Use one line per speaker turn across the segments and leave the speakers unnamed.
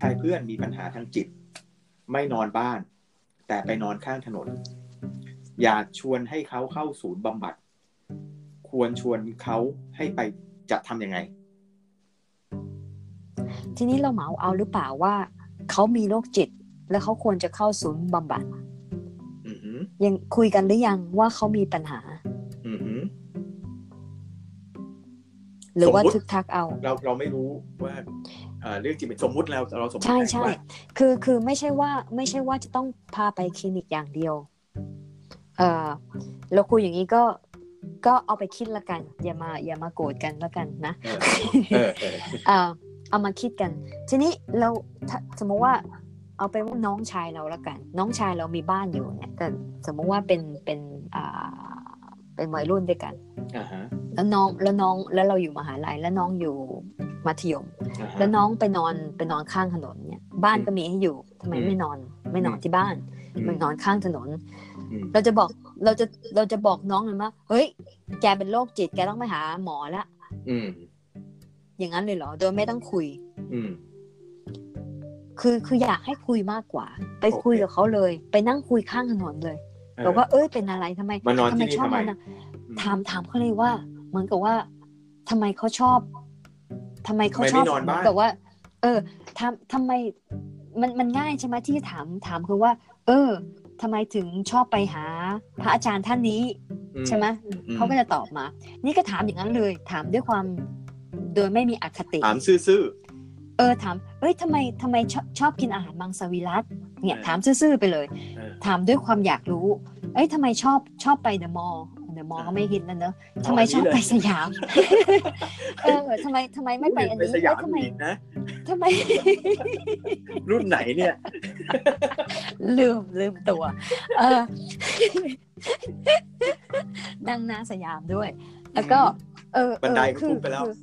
ชายเพื่อนมีปัญหาทางจิต ไม่นอนบ้าน แต่ไปนอนข้างถนน อยากชวนให้เขาเข้าศูนย์บำบัด ควรชวนเขาให้ไปจะทำยังไง
ทีนี้เราเหมาเอาหรือเปล่าว่าเขามีโรคจิต แล้วเขาควรจะเข้าศูนย์บำบัด
อือหือ
ยังคุยกันหรือยังว่าเขามีปัญหา
อือหือ
หรือว่า
สมมุติ
ทึกทักเอา
เราเราไม่รู้ว่าเอ่อเรื่องจิตเป็นสมมุติเราเราสมมติ
ใช่ใช่
ว่า
คือคือไม่ใช่ว่าไม่ใช่ว่าจะต้องพาไปคลินิกอย่างเดียว เออเราคุยอย่างนี้ก็ก็เอาไปคิดละกัน อย่ามาอย่ามาโกรธกันละกันนะ
เออเออเออ
เอ่อเอามาคิดกัน ทีนี้เราถ้าสมมติว่าเอาเป็นว่าน้องชายเราละกัน น้องชายเรามีบ้านอยู่เนี่ยแต่สมมติว่าเป็นเป็นอ่าเป็นวัยรุ่นด้วยกัน
อ่าฮะ
แล้วน้องแล้วน้องแล้วเราอยู่มหาลัยแล้วน้องอยู่มัธยม
อ่าฮะ
แล้วน้องไปนอนไปนอนข้างถนนเนี่ยบ้านก็มีให้อยู่ทำไม
อืม
ไม่นอนไม่นอนที่บ้าน
อืม
มันนอนข้างถนน
อืม
เราจะบอกเราจะเราจะบอกน้องเลยว่าเฮ้ยแกเป็นโรคจิตแกต้องไปหาหมอละ
อืม
อย่างนั้นเลยเหรอโดยไม่ต้องคุย
อืม
คือคืออยากให้คุยมากกว่า ไป
โอเค
คุยกับเขาเลย ไปนั่งคุยข้างถนนเลย
เออ
บอกว่าเอ้ยเป็นอะไรทำไม
มานอน
ทำไม
ที่นี่
ชอบ
ทำไม
มานะถามถามเขาเลยว่า เหมือนกับว่าทำไมเขาชอบทำไมเขาชอบ
ทำไมไม่นอนบ้าน
เหมืกับว่า เออทำทำไมมันมันง่ายใช่ไหมที่จะถามถามคือว่า เออทำไมถึงชอบไปหาพระอาจารย์ท่านนี้
อืม
ใช่ไหม
อืม
เขาก็จะตอบมา นี่ก็ถามอย่างนั้นเลย ถามด้วยความโดยไม่มีอคติ
ถามซื่อ
เออถาม เอ้ยทำไมทำไมชอบชอบกินอาหารมังสวิรัตเนี่ย
เออ
ถามซื่อๆไปเลย
เออ
ถามด้วยความอยากรู้ เอ้ยทำไมชอบชอบไปเดอะมอลล์เดอะมอลล์
เออ
ก็ไม่ฮิตแล้วเนอะ
เอา
ทำไมชอบ
อันนี้เลย
ไปสยาม เออทำไมทำไม
ๆ
ไม่ไปอันนี้
ส
เอ้ย
ยาม
ทำไม
อีกนะ
ทำไม
รุ่นไหนเนี่ย
ลืมลืมตัว เออ ดังนาสยามด้วย แล้วก็ เออ
บันได
เออคือ
พุ่งไปแล้ว
คือ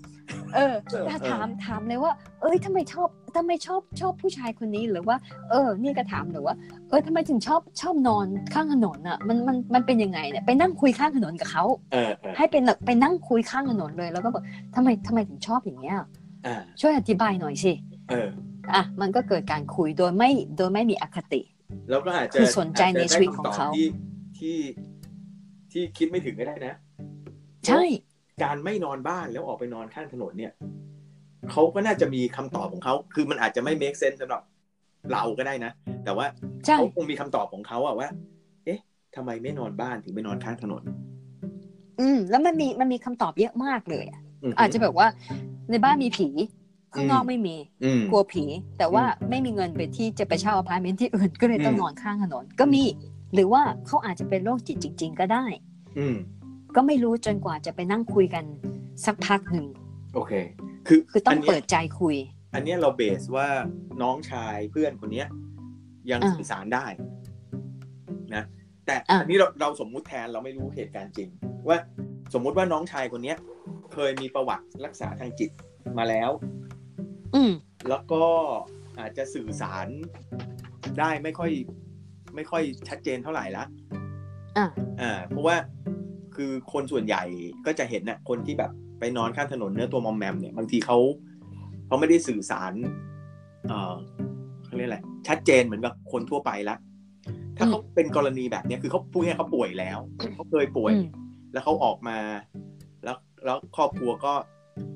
เออ
เออ
ถ้าถามถามเลยว่า เอ้ยทำไมชอบทำไมชอบชอบผู้ชายคนนี้หรือว่า เออ นี่ก็ถามหรือว่า เออทำไมถึงชอบชอบนอนข้างถนนอ่ะ มันมันมันเป็นยังไงเนี่ยไปนั่งคุยข้างถนนกับเขา
เออเออ
ให้ไปนไปนั่งคุยข้างถนนเลย แล้วก็บอกทำไมทำไมถึงชอบอย่างเงี้ย
อ่า
ช่วยอธิบายหน่อยสิ
เออ
อ่ะมันก็เกิดการคุยโดยไม่โดยไม่มีอคติ
แล้วก็อาจจะ
คือสนใจ
อาะ
ใน
ได้
ชีวิตของเขา
คำตบที่ที่ที่คิดไม่ถึงก็ได้นะ
ใช่
การไม่นอนบ้านแล้วออกไปนอนข้างถนนเนี่ยเขาก็น่าจะมีคำตอบของเขาคือมันอาจจะไม่ make sense สำหรับเราก็ได้นะ แต่ว่า
ใช่
เขาคงมีคำตอบของเขาอะว่า เอ๊ะทำไมไม่นอนบ้านถึงไปนอนข้างถนน
อืมแล้วมันมีมันมีคำตอบเยอะมากเลยอะ
ม
อาจจะแบบว่า ในบ้านมีผีข้างนอก
อืม
ไม่มี
อืม
กลัวผี แต่ว่าไม่มีเงินไปที่จะไปเช่าอพาร์ตเมนต์ที่อื่นก็เลยต้อง
อืม
นอนข้างถนนก็มี หรือว่าเขาอาจจะเป็นโรคจิตจริง ๆ ก็ได้
อืม
ก็ไม่รู้จนกว่าจะไปนั่งคุยกันสักพักหนึ่ง
โอเค คือ
คือต้อง
นนี้ย
เปิดใจคุย
อันเนี้ยเราเบสว่าน้องชายเพื่อนคนเนี้ย ยัง
อ่า
สื่อสารได้นะแต่
อ่า
อันนี้เราเราสมมุติแทนเราไม่รู้เหตุการณ์จริง ว่าสมมุติว่าน้องชายคนเนี้ย เคยมีประวัติรักษาทางจิตมาแล้ว
อืม
แล้วก็อาจจะสื่อสารได้ไม่ค่อย ไม่ค่อยชัดเจนเท่าไหร่ละ
อ่ะ
อ่า เพราะว่าคือคนส่วนใหญ่ก็จะเห็นนะคนที่แบบไปนอนข้างถนนเนื้อตัวมอมแมมเนี่ยบางทีเขาเขาไม่ได้สื่อสาร เอ่อเขาเรียกอะไรชัดเจนเหมือนกับคนทั่วไปละถ้าเขาเป็นกรณีแบบเนี้ยคือเขาพูดง่ายๆเขาป่วยแล้วเขาเคยป่วย
อืม
แล้วเขาออกมา แล้วแล้วครอบครัวก็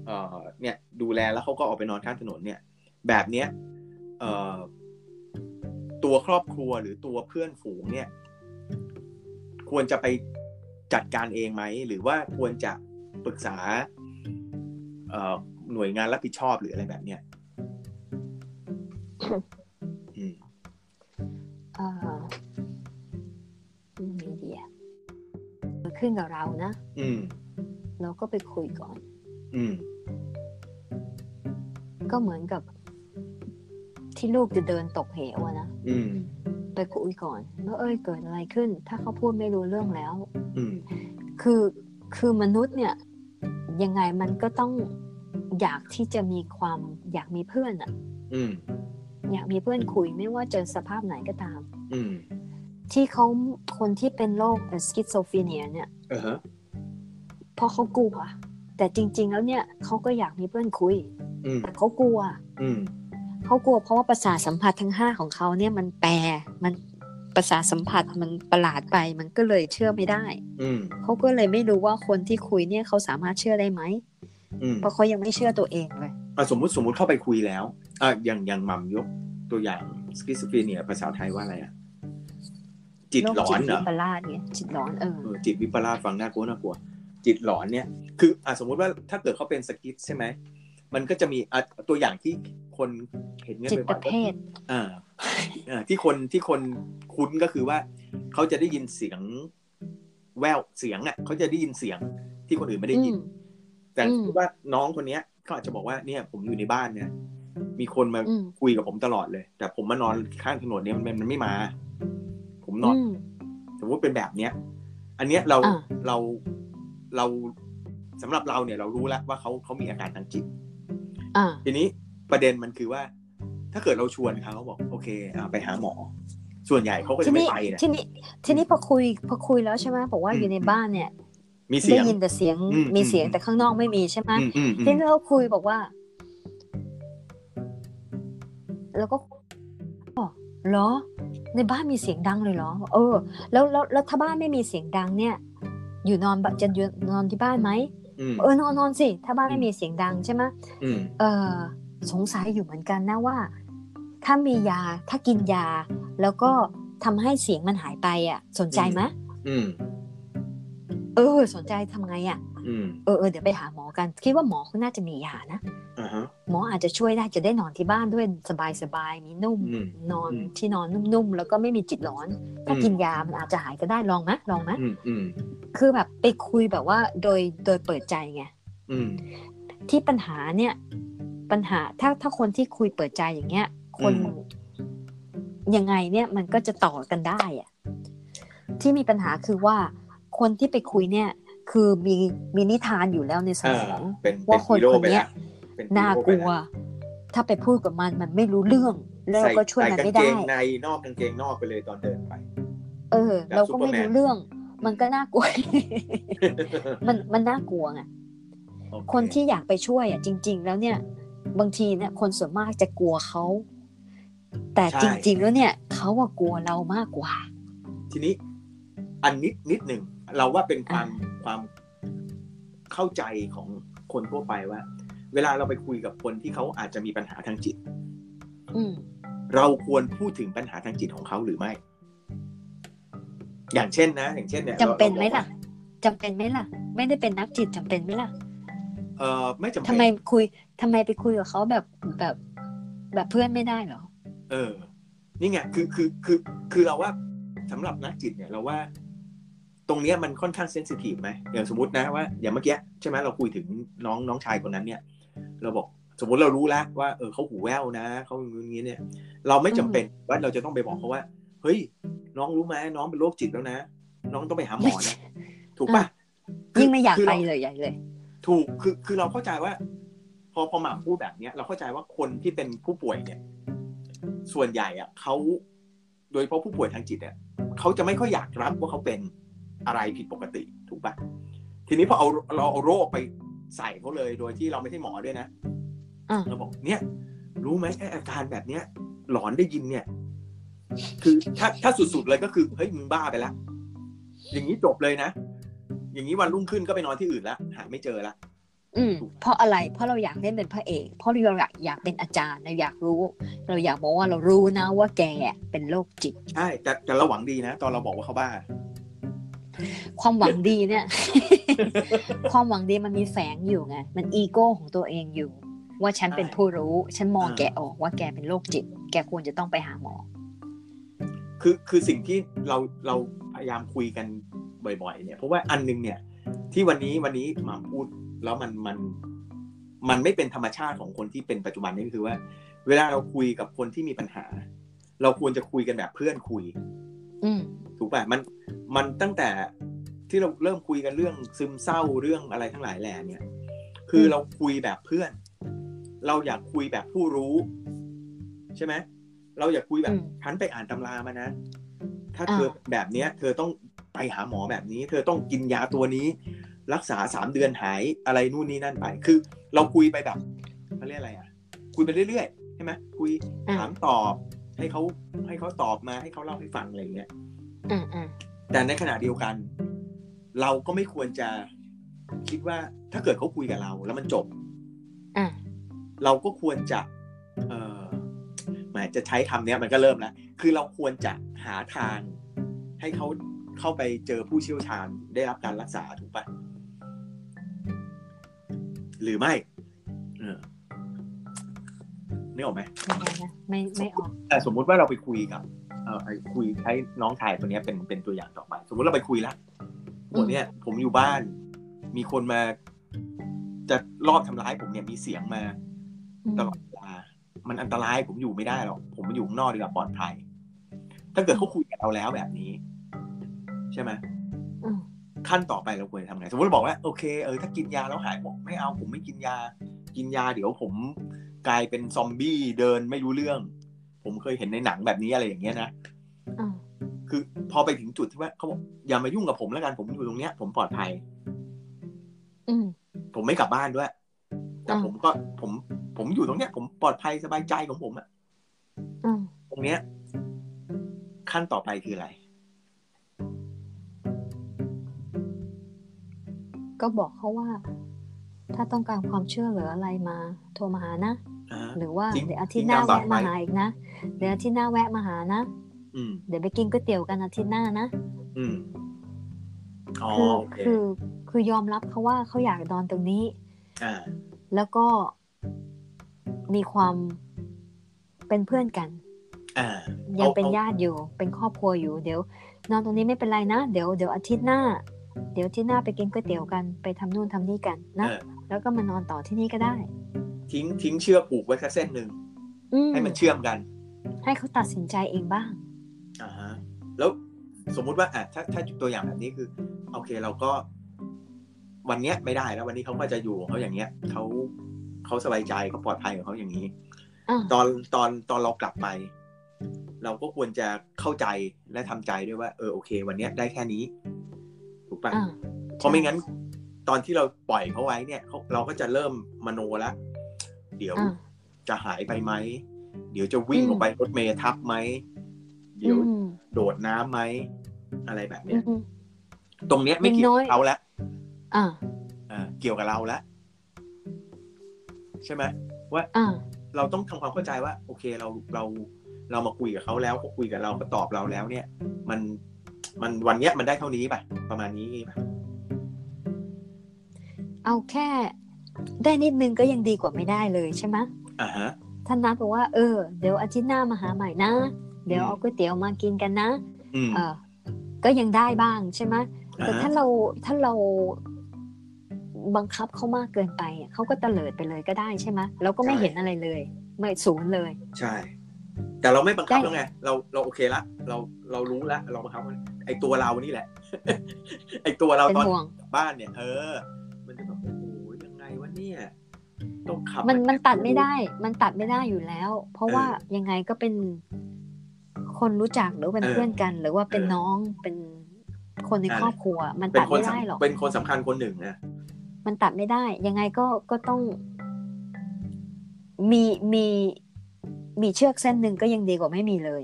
เอ่อเนี่ยดูแลแล้วเขาก็ออกไปนอนข้างถนนเนี่ย แบบเนี้ยเอ่อตัวครอบครัวหรือตัวเพื่อนฝูงเนี่ย ควรจะไปจัดการเองไหม หรือว่าควรจะปรึกษา เอ่อหน่วยงานรับผิดชอบหรืออะไรแบบเนี้ยอืม
อ่ามีเดียมันขึ้นกับเรานะ
อืม
เราก็ไปคุยก่อน
อืม
ก็เหมือนกับ ที่ลูกจะเดินตกเหวอะนะ
อืม
ไปคุยก่อนว่าเอ้ยเกิดอะไรขึ้น ถ้าเขาพูดไม่รู้เรื่องแล้ว
อืม
คือคือมนุษย์เนี่ยยังไงมันก็ต้องอยากที่จะมีความอยากมีเพื่อนอะ
อืม
อยากมีเพื่อนคุยไม่ว่าเจอสภาพไหนก็ตาม
อืม
ที่เขาคนที่เป็นโรคสกิสโซฟีเนียเนี่ย
เออฮะ
เพราะเขากลัวแต่จริง ๆ แล้วเนี่ยเขาก็อยากมีเพื่อนคุย
อืม
แต่เขากลัว
อืม
เขากลัวเพราะว่าประสาทสัมผัสทั้งห้าของเขาเนี่ยมันแปรมันประสาทสัมผัสมันประหลาดไป มันก็เลยเชื่อไม่ได้
อืม
เขาก็เลยไม่รู้ว่าคนที่คุยเนี่ยเขาสามารถเชื่อได้ไหม
อืม
เพราะเขายังไม่เชื่อตัวเองเลย
อ่ะสมมุติสมมุติเข้าไปคุยแล้วอ่ะอย่างอย่างหม่ำยกตัวอย่างสคิสฟีเนียภาษาไทยว่าอะไรอ่ะ จิต
โรค
หลอ
จิ
น
ต
เหร
วิ
อ
ปลาสเนี่ยจิตร้อนเออ
เออจิตวิปลาสฟังน่ากลัวน่ากลัว จิตหลอนเนี่ย คืออ่ะสมมุติว่าถ้าเกิดเขาเป็นสกิทใช่ไหม มันก็จะมีอ่ะตัวอย่างที่คนเห็นเงิน
จิต
บ่อยๆ
เภ
ก็
ท
อ่า อ่าที่คนที่คนคุ้นก็คือว่า เขาจะได้ยินเสียงแววเสียงอ่ะเขาจะได้ยินเสียงที่คนอื่นไม่ได้
อื
ยิน
ม
แต่
อืม
สมมติว่าน้องคนเนี้ยเขาอาจจะบอกว่าเนี่ย ผมอยู่ในบ้านเนี่ย มีคนมา
อืม
คุยกับผมตลอดเลย แต่ผมมานอนข้างถนนเนี่ยมันมันมันไม่มา ผมนอน
อืม
สมมติเป็นแบบเนี้ย อันเนี้ยเรา
อ่า
เราเราสำหรับเราเนี่ยเรารู้แล้วว่าเขาเขามีอาการทางจิต
อ่า
ทีนี้ประเด็นมันคือว่า ถ้าเกิดเราชวนเขาบอกโอเคอาไปหาหมอ ส่วนใหญ่เขาก็
ที
จะไม่
นี้
ไปนะ
ทีนี้ทีนี้พอคุยพอคุยแล้วใช่ไหมบอกว่า
อืม
อยู่ในบ้านเนี่ย
มีเสี
ได้
ยง
ยินแต่เสียง
อืม
มีเสียง
อืม
แต่ข้างนอกไม่มีใช่ไหม
อืมอืมอื
ที
ม
นี้เราคุยบอกว่า แล้วก็อ๋อเหรอ ในบ้านมีเสียงดังเลยเหรอ เออ แล้วแล้วแล้วถ้าบ้านไม่มีเสียงดังเนี่ย อยู่นอนแบบจะอยู่นอนที่บ้านไหม
อืม
เออนอนนอนสิถ้าบ้านไม่มีเสียงดังใช่ไหม
อืม
เออสงสัยอยู่เหมือนกันนะว่า ถ้ามียาถ้ากินยา แล้วก็ทำให้เสียงมันหายไปอ่ะ สนใจไหม
อืม
เออ สนใจทำไงอ่ะ
อืม
เออเออเดี๋ยวไปหาหมอกัน คิดว่าหมอเขาน่าจะมียานะ
อ่าฮะ
หมออาจจะช่วยได้จะได้นอนที่บ้านด้วยสบายสบายๆมีนุ่ม
อืม
นอน
อืม
ที่นอนนุ่มๆแล้วก็ไม่มีจิตร้อน ถ้า
อืม
กินยามันอาจจะหายก็ได้ลองไหมลองไหม
อืมอืม
คือแบบไปคุยแบบว่าโดยโดยเปิดใจไง
อืม
ที่ปัญหาเนี่ยปัญหาถ้าถ้าคนที่คุยเปิดใจอย่างเงี้ย คน
อืม
ยังไงเนี่ยมันก็จะต่อกันได้อะที่มีปัญหาคือว่าคนที่ไปคุยเนี่ย คือมีมีนิทานอยู่แล้วในส
อ่าม
อง
เป็นเป็
ว่าน คน
ฮีโร่
คน
ไป
เนี้
แล้
ยว
เป็
น่า
ฮีโร่
ก
ไป
ลั
แ
ว ถ้าไปพูดกับมันมันไม่รู้เรื่อง แล้ว
ใส่
ก็ช่วยมัน
ใส่กาง
ไม่
เก
ได้
งในนอกกางเกงนอกไปเลยตอนเดินไป
เออ
แบบ
เราก็ไม่
ซูเปอร์แมน
รู้เรื่อง มันก็น่ากลัว มันมันน่ากลัวไง
โอเ
คนที่อยากไปช่วยอ่ะจริง ๆ แล้วเนี่ย บางทีเนี่ยคนส่วนมากจะกลัวเขา แต่
ใช่
จริง ๆ แล้วเนี่ยเขาอะกลัวเรามากกว่า
ทีนี้อันนิดนิดหนึ่งเราว่าเป็นความความเข้าใจของคนทั่วไปว่า เวลาเราไปคุยกับคนที่เขาอาจจะมีปัญหาทางจิต
อืม
เราควรพูดถึงปัญหาทางจิตของเขาหรือไม่ อย่างเช่นนะ อย่างเช่นเนี่ย
จำเป็น
รา
ไหมล่ะจำเป็นไหมล่ะ ไม่ได้เป็นนักจิตจำเป็นไหมล่ะ
เออไม่จำ
ทำ
เป็น
ไมคุยทำไมไปคุยกับเขาแบบแบบแบบเพื่อนไม่ได้เหรอ
เออ นี่ไงคือคือคือคือเราว่าสำหรับนักจิตเนี่ยเราว่า ตรงเนี้ยมันค่อนข้างเซนซิทีฟไหมอย่างสมมตินะว่าอย่างเมื่อกี้ใช่ไหมเราคุยถึงน้องน้องชายคนนั้นเนี่ย เราบอกสมมติเรารู้แล้วว่าเออเขาหูแว่วนะเขาอย่างนี้เนี่ย เราไม่จำเป็นว่าเราจะต้องไปบอกเขาว่า เฮ้ย น้องรู้ไหมน้องเป็นโรคจิตแล้วนะ น้องต้องไปหาหมอ นะถูกปะคือ
ยิ่งไม่อยาก
คือ
ไป
เร
เลยใหญ่เลย
ถูกคือคือเราเข้าใจว่า พอพอหม่ำพูดแบบเนี้ย เราเข้าใจว่าคนที่เป็นผู้ป่วยเนี่ย ส่วนใหญ่อะเขาโดยเฉพาะผู้ป่วยทางจิตเนี่ยเขาจะไม่ค่อยอยากรับว่าเขาเป็นอะไรผิดปกติ ถูกปะทีนี้พอเอาเราเอาโรคไปใส่เขาเลยโดยที่เราไม่ใช่หมอด้วยนะ
อ่ะ
เราบอกเนี่ย รู้ไหมไออาการแบบเนี้ย หลอนได้ยินเนี่ย คือถ้าถ้าสุดๆเลยก็คือเฮ้ยมึงบ้าไปแล้วอย่างนี้จบเลยนะ อย่างนี้วันรุ่งขึ้นก็ไปนอนที่อื่นละหาไม่เจอละ
อืมเพราะอะไร เพราะเราอยากเล่นเป็นพระเอก เพราะเราอยากอยากเป็นอาจารย์เราอยากรู้ เราอยากบอกว่าเรารู้นะว่าแกเป็นโรคจิต
ใช่แต่แต่เราหวังดีนะ ตอนเราบอกว่าเขาบ้า
ความหวังดีเนี่ย ความหวังดีมันมีแฝงอยู่ไง มันอีโก้ของตัวเองอยู่ ว่าฉันเป็น
ใช่
ผู้รู้ ฉันมอง
อ่า
แกออกว่าแกเป็นโรคจิต แกควรจะต้องไปหาหมอ
คือคือสิ่งที่เราเราพยายามคุยกันบ่อยๆ เนี่ย เพราะว่าอันหนึงเนี่ย ที่วันนี้วันนี้หมาพูดแล้วมันมันมันไม่เป็นธรรมชาติของคนที่เป็นปัจจุบันนี่ก็คือว่า เวลาเราคุยกับคนที่มีปัญหา เราควรจะคุยกันแบบเพื่อนคุย
อืม
ถูกป่ะมันมันตั้งแต่ที่เราเริ่มคุยกันเรื่องซึมเศร้าเรื่องอะไรทั้งหลายแหล่เนี่ย คือ
ม
เราคุยแบบเพื่อน เราอยากคุยแบบผู้รู้ ใช่ไหมเราอยากคุยแบ
อื
บ
ม
ฉันไปอ่านตำรามานะ ถ้า
อ่า
เธอแบบเนี้ย เธอต้องไปหาหมอแบบนี้ เธอต้องกินยาตัวนี้ รักษาสามเดือนหายอะไรนู่นนี่นั่นไป คือ เราคุยไปแบบเขาเรียกอะไรอ่ะ คุยไปเรื่อย ใช่ไหมคุย
อ่า
ถามตอบ ให้เขาให้เขาตอบมาให้เขาเล่าให้ฟังอะไรอย่างเงี้ย
อ่าอ่า
แต่ในขณะเดียวกัน เราก็ไม่ควรจะคิดว่าถ้าเกิดเขาคุยกับเรา แล้วมันจบ
อ่า
เราก็ควรจะ เออแหมจะใช้คำเนี้ยมันก็เริ่มแล้ว คือเราควรจะหาทางให้เขาเข้าไปเจอผู้เชี่ยวชาญได้รับการรักษาถูกปะหรือไม่ เออนึกออกไหม
ไม่นะไม่ไม่ออก
แต่สมมุติว่าเราไปคุยกับเออไปคุยใช้น้องชายตัวเนี้ยเป็นเป็นตัวอย่างต่อไป สมมุติเราไปคุยละ
อืม
วันเนี้ยผมอยู่บ้าน มีคนมา จะรอบทำร้ายผมเนี่ยมีเสียงมา
อืม
ตลอดเวลา มันอันตรายผมอยู่ไม่ได้หรอกผมอยู่ข้างนอกดีกว่าปลอดภัย ถ้าเกิดเขาคุยกับเราแล้วแบบนี้ ใช่ไหม
อืม
ขั้นต่อไปเราควรจะทำไง สมมติเราบอกว่าโอเคเออถ้ากินยาแล้วหายบอกไม่เอาผมไม่กินยา กินยาเดี๋ยวผมกลายเป็นซอมบี้เดินไม่รู้เรื่อง ผมเคยเห็นในหนังแบบนี้อะไรอย่างเงี้ยนะ
อ่า
คือพอไปถึงจุดที่ว่าเขาบอกอย่ามายุ่งกับผมแล้วกันผมอยู่ตรงเนี้ย ผมปลอดภัย
อืม
ผมไม่กลับบ้านด้วย แต่
อ่า
ผมก็ผมผมอยู่ตรงเนี้ย ผมปลอดภัยสบายใจของผมอะ
อืม
ตรงเนี้ย ขั้นต่อไปคืออะไร
ก็บอกเขาว่า ถ้าต้องการความช่วยเหลืออะไรมา โทรมาหานะ
อ่า
หรือว่า
จริง
เดี๋ยวอาทิตย์หน้า
จริงตาม
แวะ
ต่
มา
อไป
หาอีกนะเดี๋ยวอาทิตย์หน้าแวะมาหานะ
อืม
เดี๋ยวไปกินก๋วยเตี๋ยวกันอาทิตย์หน้านะ
อืมอ๋อ
คือ
โอเค
คือคือยอมรับเขาว่าเขาอยากนอนตรงนี้
อ่า
แล้วก็มีความเป็นเพื่อนกัน
อ่า
ยัง
เอา
เป็น
เอา
ญาติอยู่เป็นครอบครัวอยู่เดี๋ยว นอนตรงนี้ไม่เป็นไรนะ เดี๋ยวเดี๋ยวอาทิตย์หน้า เดี๋ยวอาทิตย์หน้าไปกินก๋วยเตี๋ยวกันไปทำนู่นทำนี่กันนะ
เออ
แล้วก็มานอนต่อที่นี่ก็ได้
ทิ้งทิ้งเชือกผูกไว้สักเส้นหนึ่ง
อืม
ให้มันเชื่อมกัน
ให้เขาตัดสินใจเองบ้าง
อ่าฮะแล้วสมมุติว่าอ่ะถ้าถ้าตัวอย่างแบบนี้คือ โอเคเราก็ วันเนี้ยไม่ได้แล้ววันนี้เขาก็จะอยู่ของเขาอย่างเงี้ยเขาเขาสบายใจเขาปลอดภัยของเขาอย่างนี้
อ่า
ตอนตอนตอนเรากลับไป เราก็ควรจะเข้าใจและทำใจด้วยว่า เออโอเค วันเนี้ยได้แค่นี้ ถูกปะ
อ่า
เพราะไม่งั้น ตอนที่เราปล่อยเขาไว้เนี่ยเขาเราก็จะเริ่มมโนแล้ว เดี๋ยว
อ่า
จะหายไปไหม เดี๋ยวจะวิ่งออกไปรถเมย์ทับไหม เดี๋ยว
อืม
โดดน้ำไหม อะไรแบบเนี้
อื
ย
มอืม
ตรงเนี้ยไม่เกี่ยว
น้อย
กับเขาละ
อ่า
เออเกี่ยวกับเราละใช่ไหมว่า
อ่า
เราต้องทำความเข้าใจว่า โอเคเราเราเรามาคุยกับเขาแล้วเขาคุยกับเราก็ตอบเราแล้วเนี่ย มันมันวันเนี้ยมันได้เท่านี้ป่ะ ประมาณนี้ป่ะ
เอาแค่ได้นิดนึงก็ยังดีกว่าไม่ได้เลยใช่ไหม
อ่าฮะ
ท่านนัดบอกว่าเออเดี๋ยวอาทิตย์หน้ามาหาใหม่นะ เดี๋ยว
อืม
เอาก๋วยเตี๋ยวมากินกันนะ
อืม
เออ ก็ยังได้บ้างใช่ไหม
อ่า
แต่
ฮะ
ถ้าเราถ้าเราบังคับเขามากเกินไปอ่ะเขาก็เตลิดไปเลยก็ได้ใช่ไหมเราก็ไม่เห็นอะไรเลย ไม่ศูนย์เลย
ใช่ แต่เราไม่บังคับ
ได้
แล้วไงเราเราโอเคละเราเรารู้ละเราบังคับมันไอตัวเรานี่แหละ ไอตัวเรา
เป็น
ตอน
ห่วง
บ้านเนี่ยเออ มันจะแบบโอ้โหยังไงวะเนี่ยต้องขับ
มันมันตัดไม่ได้ มันตัดไม่ได้อยู่แล้ว เพราะว่ายังไงก็เป็นคนรู้จักหรือเป็นเพื่อนกัน หรือว่าเป็นน้องเป็นคนในครอบครัว มัน
เป็น
ตัด
คน
ไม่ได้
สำ
หรอก
เป็นคนสำคัญคนหนึ่งนะ
มันตัดไม่ได้ ยังไงก็ก็ต้อง มีมีมีเชือกเส้นหนึ่งก็ยังดีกว่าไม่มีเลย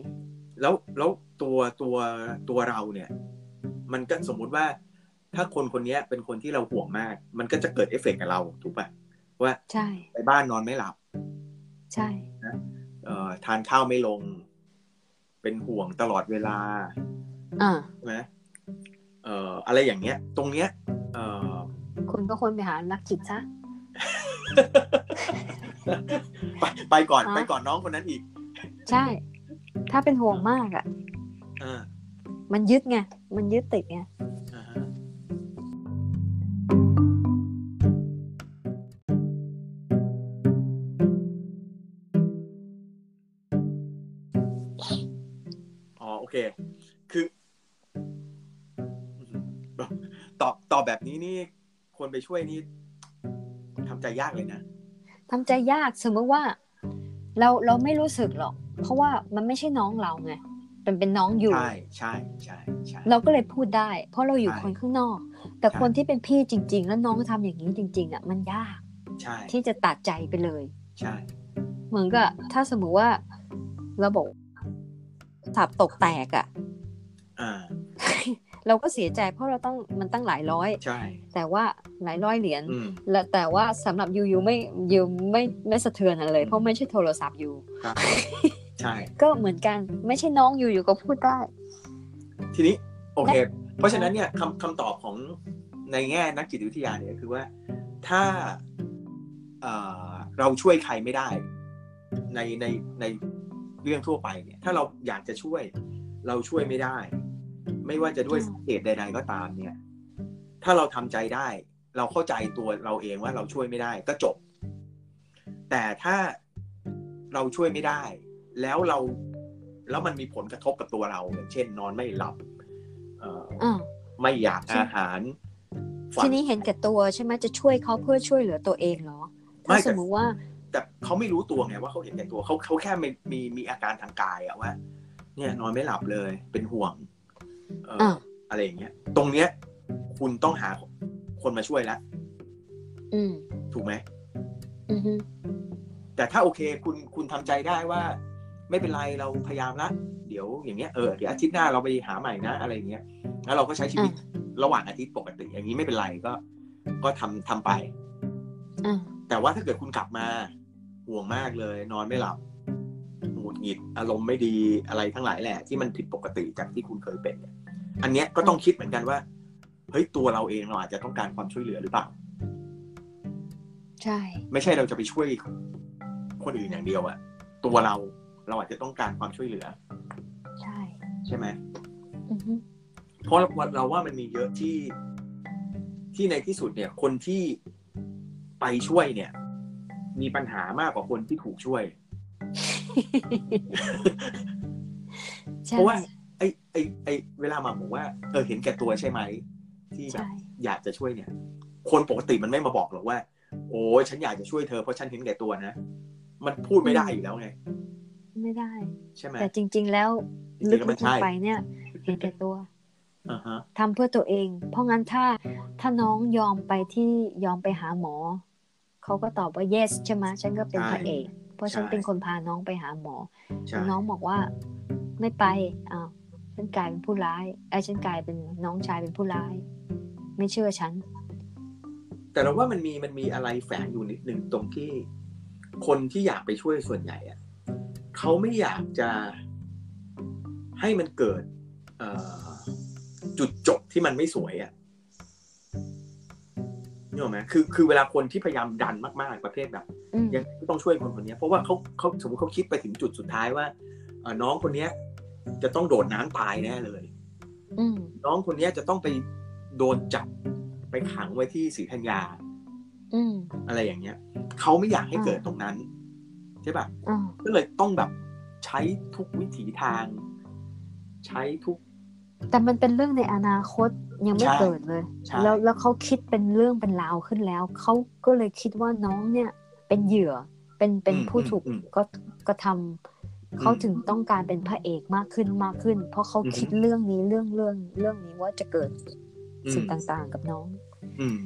แล้วแล้วตัวตัวตัวเราเนี่ย มันก็สมมุติว่า ถ้าคนคนเนี้ยเป็นคนที่เราห่วงมาก มันก็จะเกิดเอฟเฟกต์กับเราถูกป่ะว่า
ใช่
ไปบ้านนอนไม่หลับ
ใช่
เอ่อทานข้าวไม่ลง เป็นห่วงตลอดเวลา
อ่า
ใช่ไหมเอ่ออะไรอย่างเงี้ย ตรงเนี้ยเอ่อ
คุณก็ควรไปหานักจิตซะ
ไปไปก่อน
ฮะ
ไปก่อนน้องคนนั้นอีก
ใช่ ถ้าเป็นห่วงมากอ่ะ
อ่า
มันยึดไงมันยึดติดไง
อ่าฮะอ๋อโอเค คือ ตอบตอบแบบนี้นี่ คนไปช่วยนี่ทำใจยากเลยนะ
ทำใจยากสมมติว่าเราเราไม่รู้สึกหรอก เพราะว่ามันไม่ใช่น้องเราไงเป็นเป็นน้องอยู่
ใช่ใช่ใช่ใช่
เราก็เลยพูดได้ เพราะเราอยู่
ใช่
คนข้างนอก แต่
ใช่
คนที่เป็นพี่จริง ๆ แล้วน้องทำอย่างนี้จริง ๆอ่ะมันยาก
ใช่
ที่จะตัดใจไปเลย
ใช่
เหมือนกับถ้าสมมติว่าระบบสับตกแตกอะ่ะ
อ่า
เราก็เสียใจเพราะเราต้องมันตั้งหลายร้อย
ใช่
แต่ว่าหลายร้อยเหรียญ
อืม
และแต่ว่าสำหรับยูยูไม่ยูไม่ไม่สะเทือนอะไรเลย เพราะไม่ใช่โทรศัพท์ยู
ครับ ใช่
ก็เหมือนกันไม่ใช่น้องยูยูก็พูดได้
ทีนี้โอเค เพราะฉะนั้นเนี่ยคำคำตอบของในแง่นักจิตวิทยาเนี่ยคือว่าถ้าเอ่อเราช่วยใครไม่ได้ ในในในเรื่องทั่วไปเนี่ย ถ้าเราอยากจะช่วย เราช่วยไม่ได้ ไม่ว่าจะด้วย
อืม
สาเหตุใด ๆ ก็ตามเนี่ย ถ้าเราทำใจได้ เราเข้าใจตัวเราเองว่าเราช่วยไม่ได้ก็จบ แต่ถ้าเราช่วยไม่ได้ แล้วเราแล้วมันมีผลกระทบกับตัวเราอย่างเช่น นอนไม่หลับเอ่อ
อ่า
ไม่อยาก
ที
อาหารฝั
ทีนี้เห็นแก่ตัวใช่ไหมจะช่วยเขาเพื่อช่วยเหลือตัวเองเหรอถ้าสมมติว่า
แต่เขาไม่รู้ตัวไงว่าเขาเห็นแก่ตัวเขาเขาแค่มีมีมีอาการทางกายอะว่าเนี่ยนอนไม่หลับเลยเป็นห่วงเอ่ออะ อะไรอย่างเงี้ยตรงเนี้ยคุณต้องหาคนมาช่วยแล้ว
อืม
ถูกไหม
อือฮึ
แต่ถ้าโอเคคุณคุณทำใจได้ว่า ไม่เป็นไรเราพยายามละเดี๋ยวอย่างเงี้ยเออเดี๋ยวอาทิตย์หน้าเราไปหาใหม่นะอะไรอย่างเงี้ยแล้วเราก็ใช้ชีวิ
อ่ะ
ตระหว่างอาทิตย์ปกติ อย่างนี้ไม่เป็นไรก็ ก็ทำทำไป
อ่ะ
แต่ว่าถ้าเกิดคุณกลับมาห่วงมากเลย นอนไม่หลับหงุดหงิดอารมณ์ไม่ดีอะไรทั้งหลายแหละ ที่มันผิดปกติจากที่คุณเคยเป็นเนี่ยอันเนี้ยก็ต้องคิดเหมือนกันว่าเฮ้ยตัวเราเองเราอาจจะต้องการความช่วยเหลือหรือเปล่า
ใช่
ไม่ใช่เราจะไปช่วยคนอื่นอย่างเดียวอะตัวเราเราอาจจะต้องการความช่วยเหลือ
ใช่
ใช่ไหม
อือฮึ
เพราะเราว่ามันมีเยอะที่ที่ในที่สุดเนี่ย คนที่ไปช่วยเนี่ย มีปัญหามากกว่าคนที่ถูกช่วย
ใช่
เพราะว่า ไอ้ไอ้ไอ้เวลามาบอกว่าเออเห็นแก่ตัวใช่ไหมที่แบบ
ใช่
อยากจะช่วยเนี่ย คนปกติมันไม่มาบอกหรอกว่า โอ้ยฉันอยากจะช่วยเธอเพราะฉันเห็นแก่ตัวนะมันพูดไม่ได้อยู่แล้วไง
ไม่ได้
ใช่ไหม
แต่จริง ๆ แล้ว
จริงๆ
ลึก
แว
ล
มัน
ง
ใช่
ไปเนี่ย เห็นแก่ตัว
อ่าฮะ
ทำเพื่อตัวเอง เพราะงั้นถ้าถ้าน้องยอมไปที่ยอมไปหาหมอ เขาก็ตอบว่า yes ใช่ไหมฉันก็เป็น
ใช่
พระเอกเพราะฉัน
ใช่
เป็นคนพาน้องไปหาหมอ
ใช่
น้องบอกว่าไม่ไปอ้าวฉันกลายเป็นผู้ร้ายไอ้ยฉันกลายเป็นน้องชายเป็นผู้ร้าย ไม่เชื่อฉัน
แต่เราว่ามันมีมันมีอะไรแฝงอยู่นิดหนึ่งตรงที่คนที่อยากไปช่วยส่วนใหญ่อะเขาไม่อยากจะให้มันเกิดเอ่อจุดจบที่มันไม่สวยอะนี่หรอกไหมคือคือเวลาคนที่พยายามดันมากๆประเภทแบบ
อืม
ยังต้องช่วยคนคนเนี้ยเพราะว่าเขาเขาสมมติเขาคิดไปถึงจุดสุดท้ายว่าเอ่อน้องคนเนี้ย จะต้องโดดน้ำตายแน่เลย
อืม
น้องคนเนี้ยจะต้องไปโดนจับไปขังไว้ที่ศรีธัญญา
อืม
อะไรอย่างเงี้ยเขาไม่อยากให้
อ่า
เกิดตรงนั้น ใช่ปะ
อ่า
ก็เลยต้องแบบใช้ทุกวิถีทาง ใช้ทุก
แต่มันเป็นเรื่องในอนาคตยังไม่
ใช่
เกิดเลย
ใช่
แล้วแล้วเขาคิดเป็นเรื่องเป็นราวขึ้นแล้ว เขาก็เลยคิดว่าน้องเนี่ย เป็นเหยื่อเป็นเป็น
อืม
ผู้ถูก
อืม
ก็กระทำเขาถึงต้องการเป็นพระเอกมากขึ้นมากขึ้น เพราะเขา
อือฮึ
คิดเรื่องนี้เรื่องเรื่องเรื่องนี้ว่าจะเกิด
อื
สิ่ง
ม
ต่างๆ กับน้อง
อืม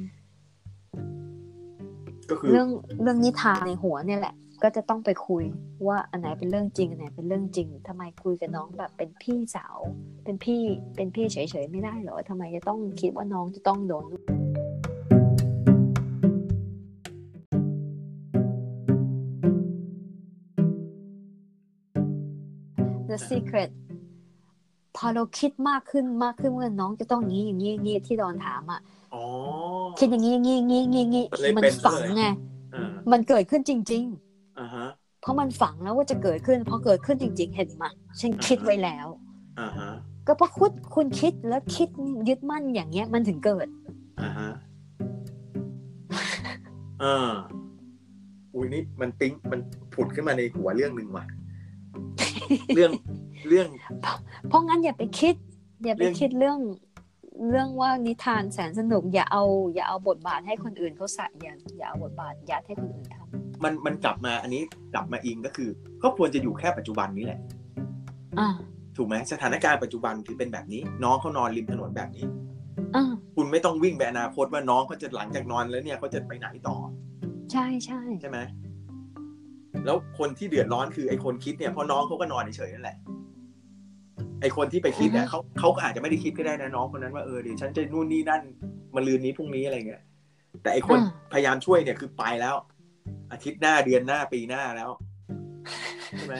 ก็คือ
เรื่องเรื่องนิทานในหัวเนี่ยแหละ ก็จะต้องไปคุยว่าอันไหนเป็นเรื่องจริงอันไหนเป็นเรื่องจริงทำไมคุยกับน้องแบบเป็นพี่สาว เป็นพี่เป็นพี่เฉยๆไม่ได้เหรอทำไมจะต้องคิดว่าน้องจะต้องโดน The Secret พอเราคิดมากขึ้นมากขึ้นว่าน้องจะต้องอย่างนี้อย่างนี้อย่างนี้ที่ดอนถามอ่ะ
อ๋อ
คิดอย่างนี้อย่างนี้อย่างนี้อย่างนี้
มันเลย
มัน
เป็น
ฝัง
เลย
ไง
อ่า
มันเกิดขึ้นจริง ๆ
อ่าฮะ
เพราะมันฝังแล้วว่าจะเกิดขึ้นพอเกิดขึ้นจริง ๆ เห็นไหมฉันคิดไว้แล้ว
อ่าฮะ
ก็เพราะคุณคุณคิดแล้วคิดยึดมั่นอย่างเงี้ยมันถึงเกิด
อ่า ฮะอ่าอุ้ยนี่มันปิ๊งมันผุดขึ้นมาในหัวเรื่องหนึ่งว่ะ เรื่องเรื่อง
เพราะงั้นอย่าไปคิด อย่าไป
เรื่อง
คิดเรื่อง เรื่องว่านิทานแสนสนุก อย่าเอา อย่าเอาบทบาทให้คนอื่นเขาสะอย่าอย่าเอาบทบาทยัดให้คนอื่นท
มันมันกลับมา อันนี้กลับมาอิงก็คือ ก็ควรจะอยู่แค่ปัจจุบันนี้แหละ
ำอ่า
ถูกไหมสถานการณ์ปัจจุบันคือเป็นแบบนี้ น้องเขานอนริมถนนแบบนี้
อ่า
คุณไม่ต้องวิ่งไปอนาคตว่าน้องเขาจะหลังจากนอนแล้วเนี่ยเขาจะไปไหนต่อ
ใช่ใช่
ใช่ไหม แล้วคนที่เดือดร้อนคือไอ้คนคิดเนี่ยเพราะน้องเขาก็นอนเฉยๆนั่นแหละไอ้คนที่ไปคิดเนี่ย
อือฮะ
เขาเขาก็อาจจะไม่ได้คิดก็ได้นะน้องคนนั้นว่าเออเดี๋ยวฉันจะนู่นนี่นั่นมาลืนนี้พรุ่งนี้อะไรเงี้ยแต่ไอ้คนพยายามช่วยเนี่ยคือไปแล้ว อาทิตย์หน้าเดือนหน้าปีหน้าแล้วใช่ไหม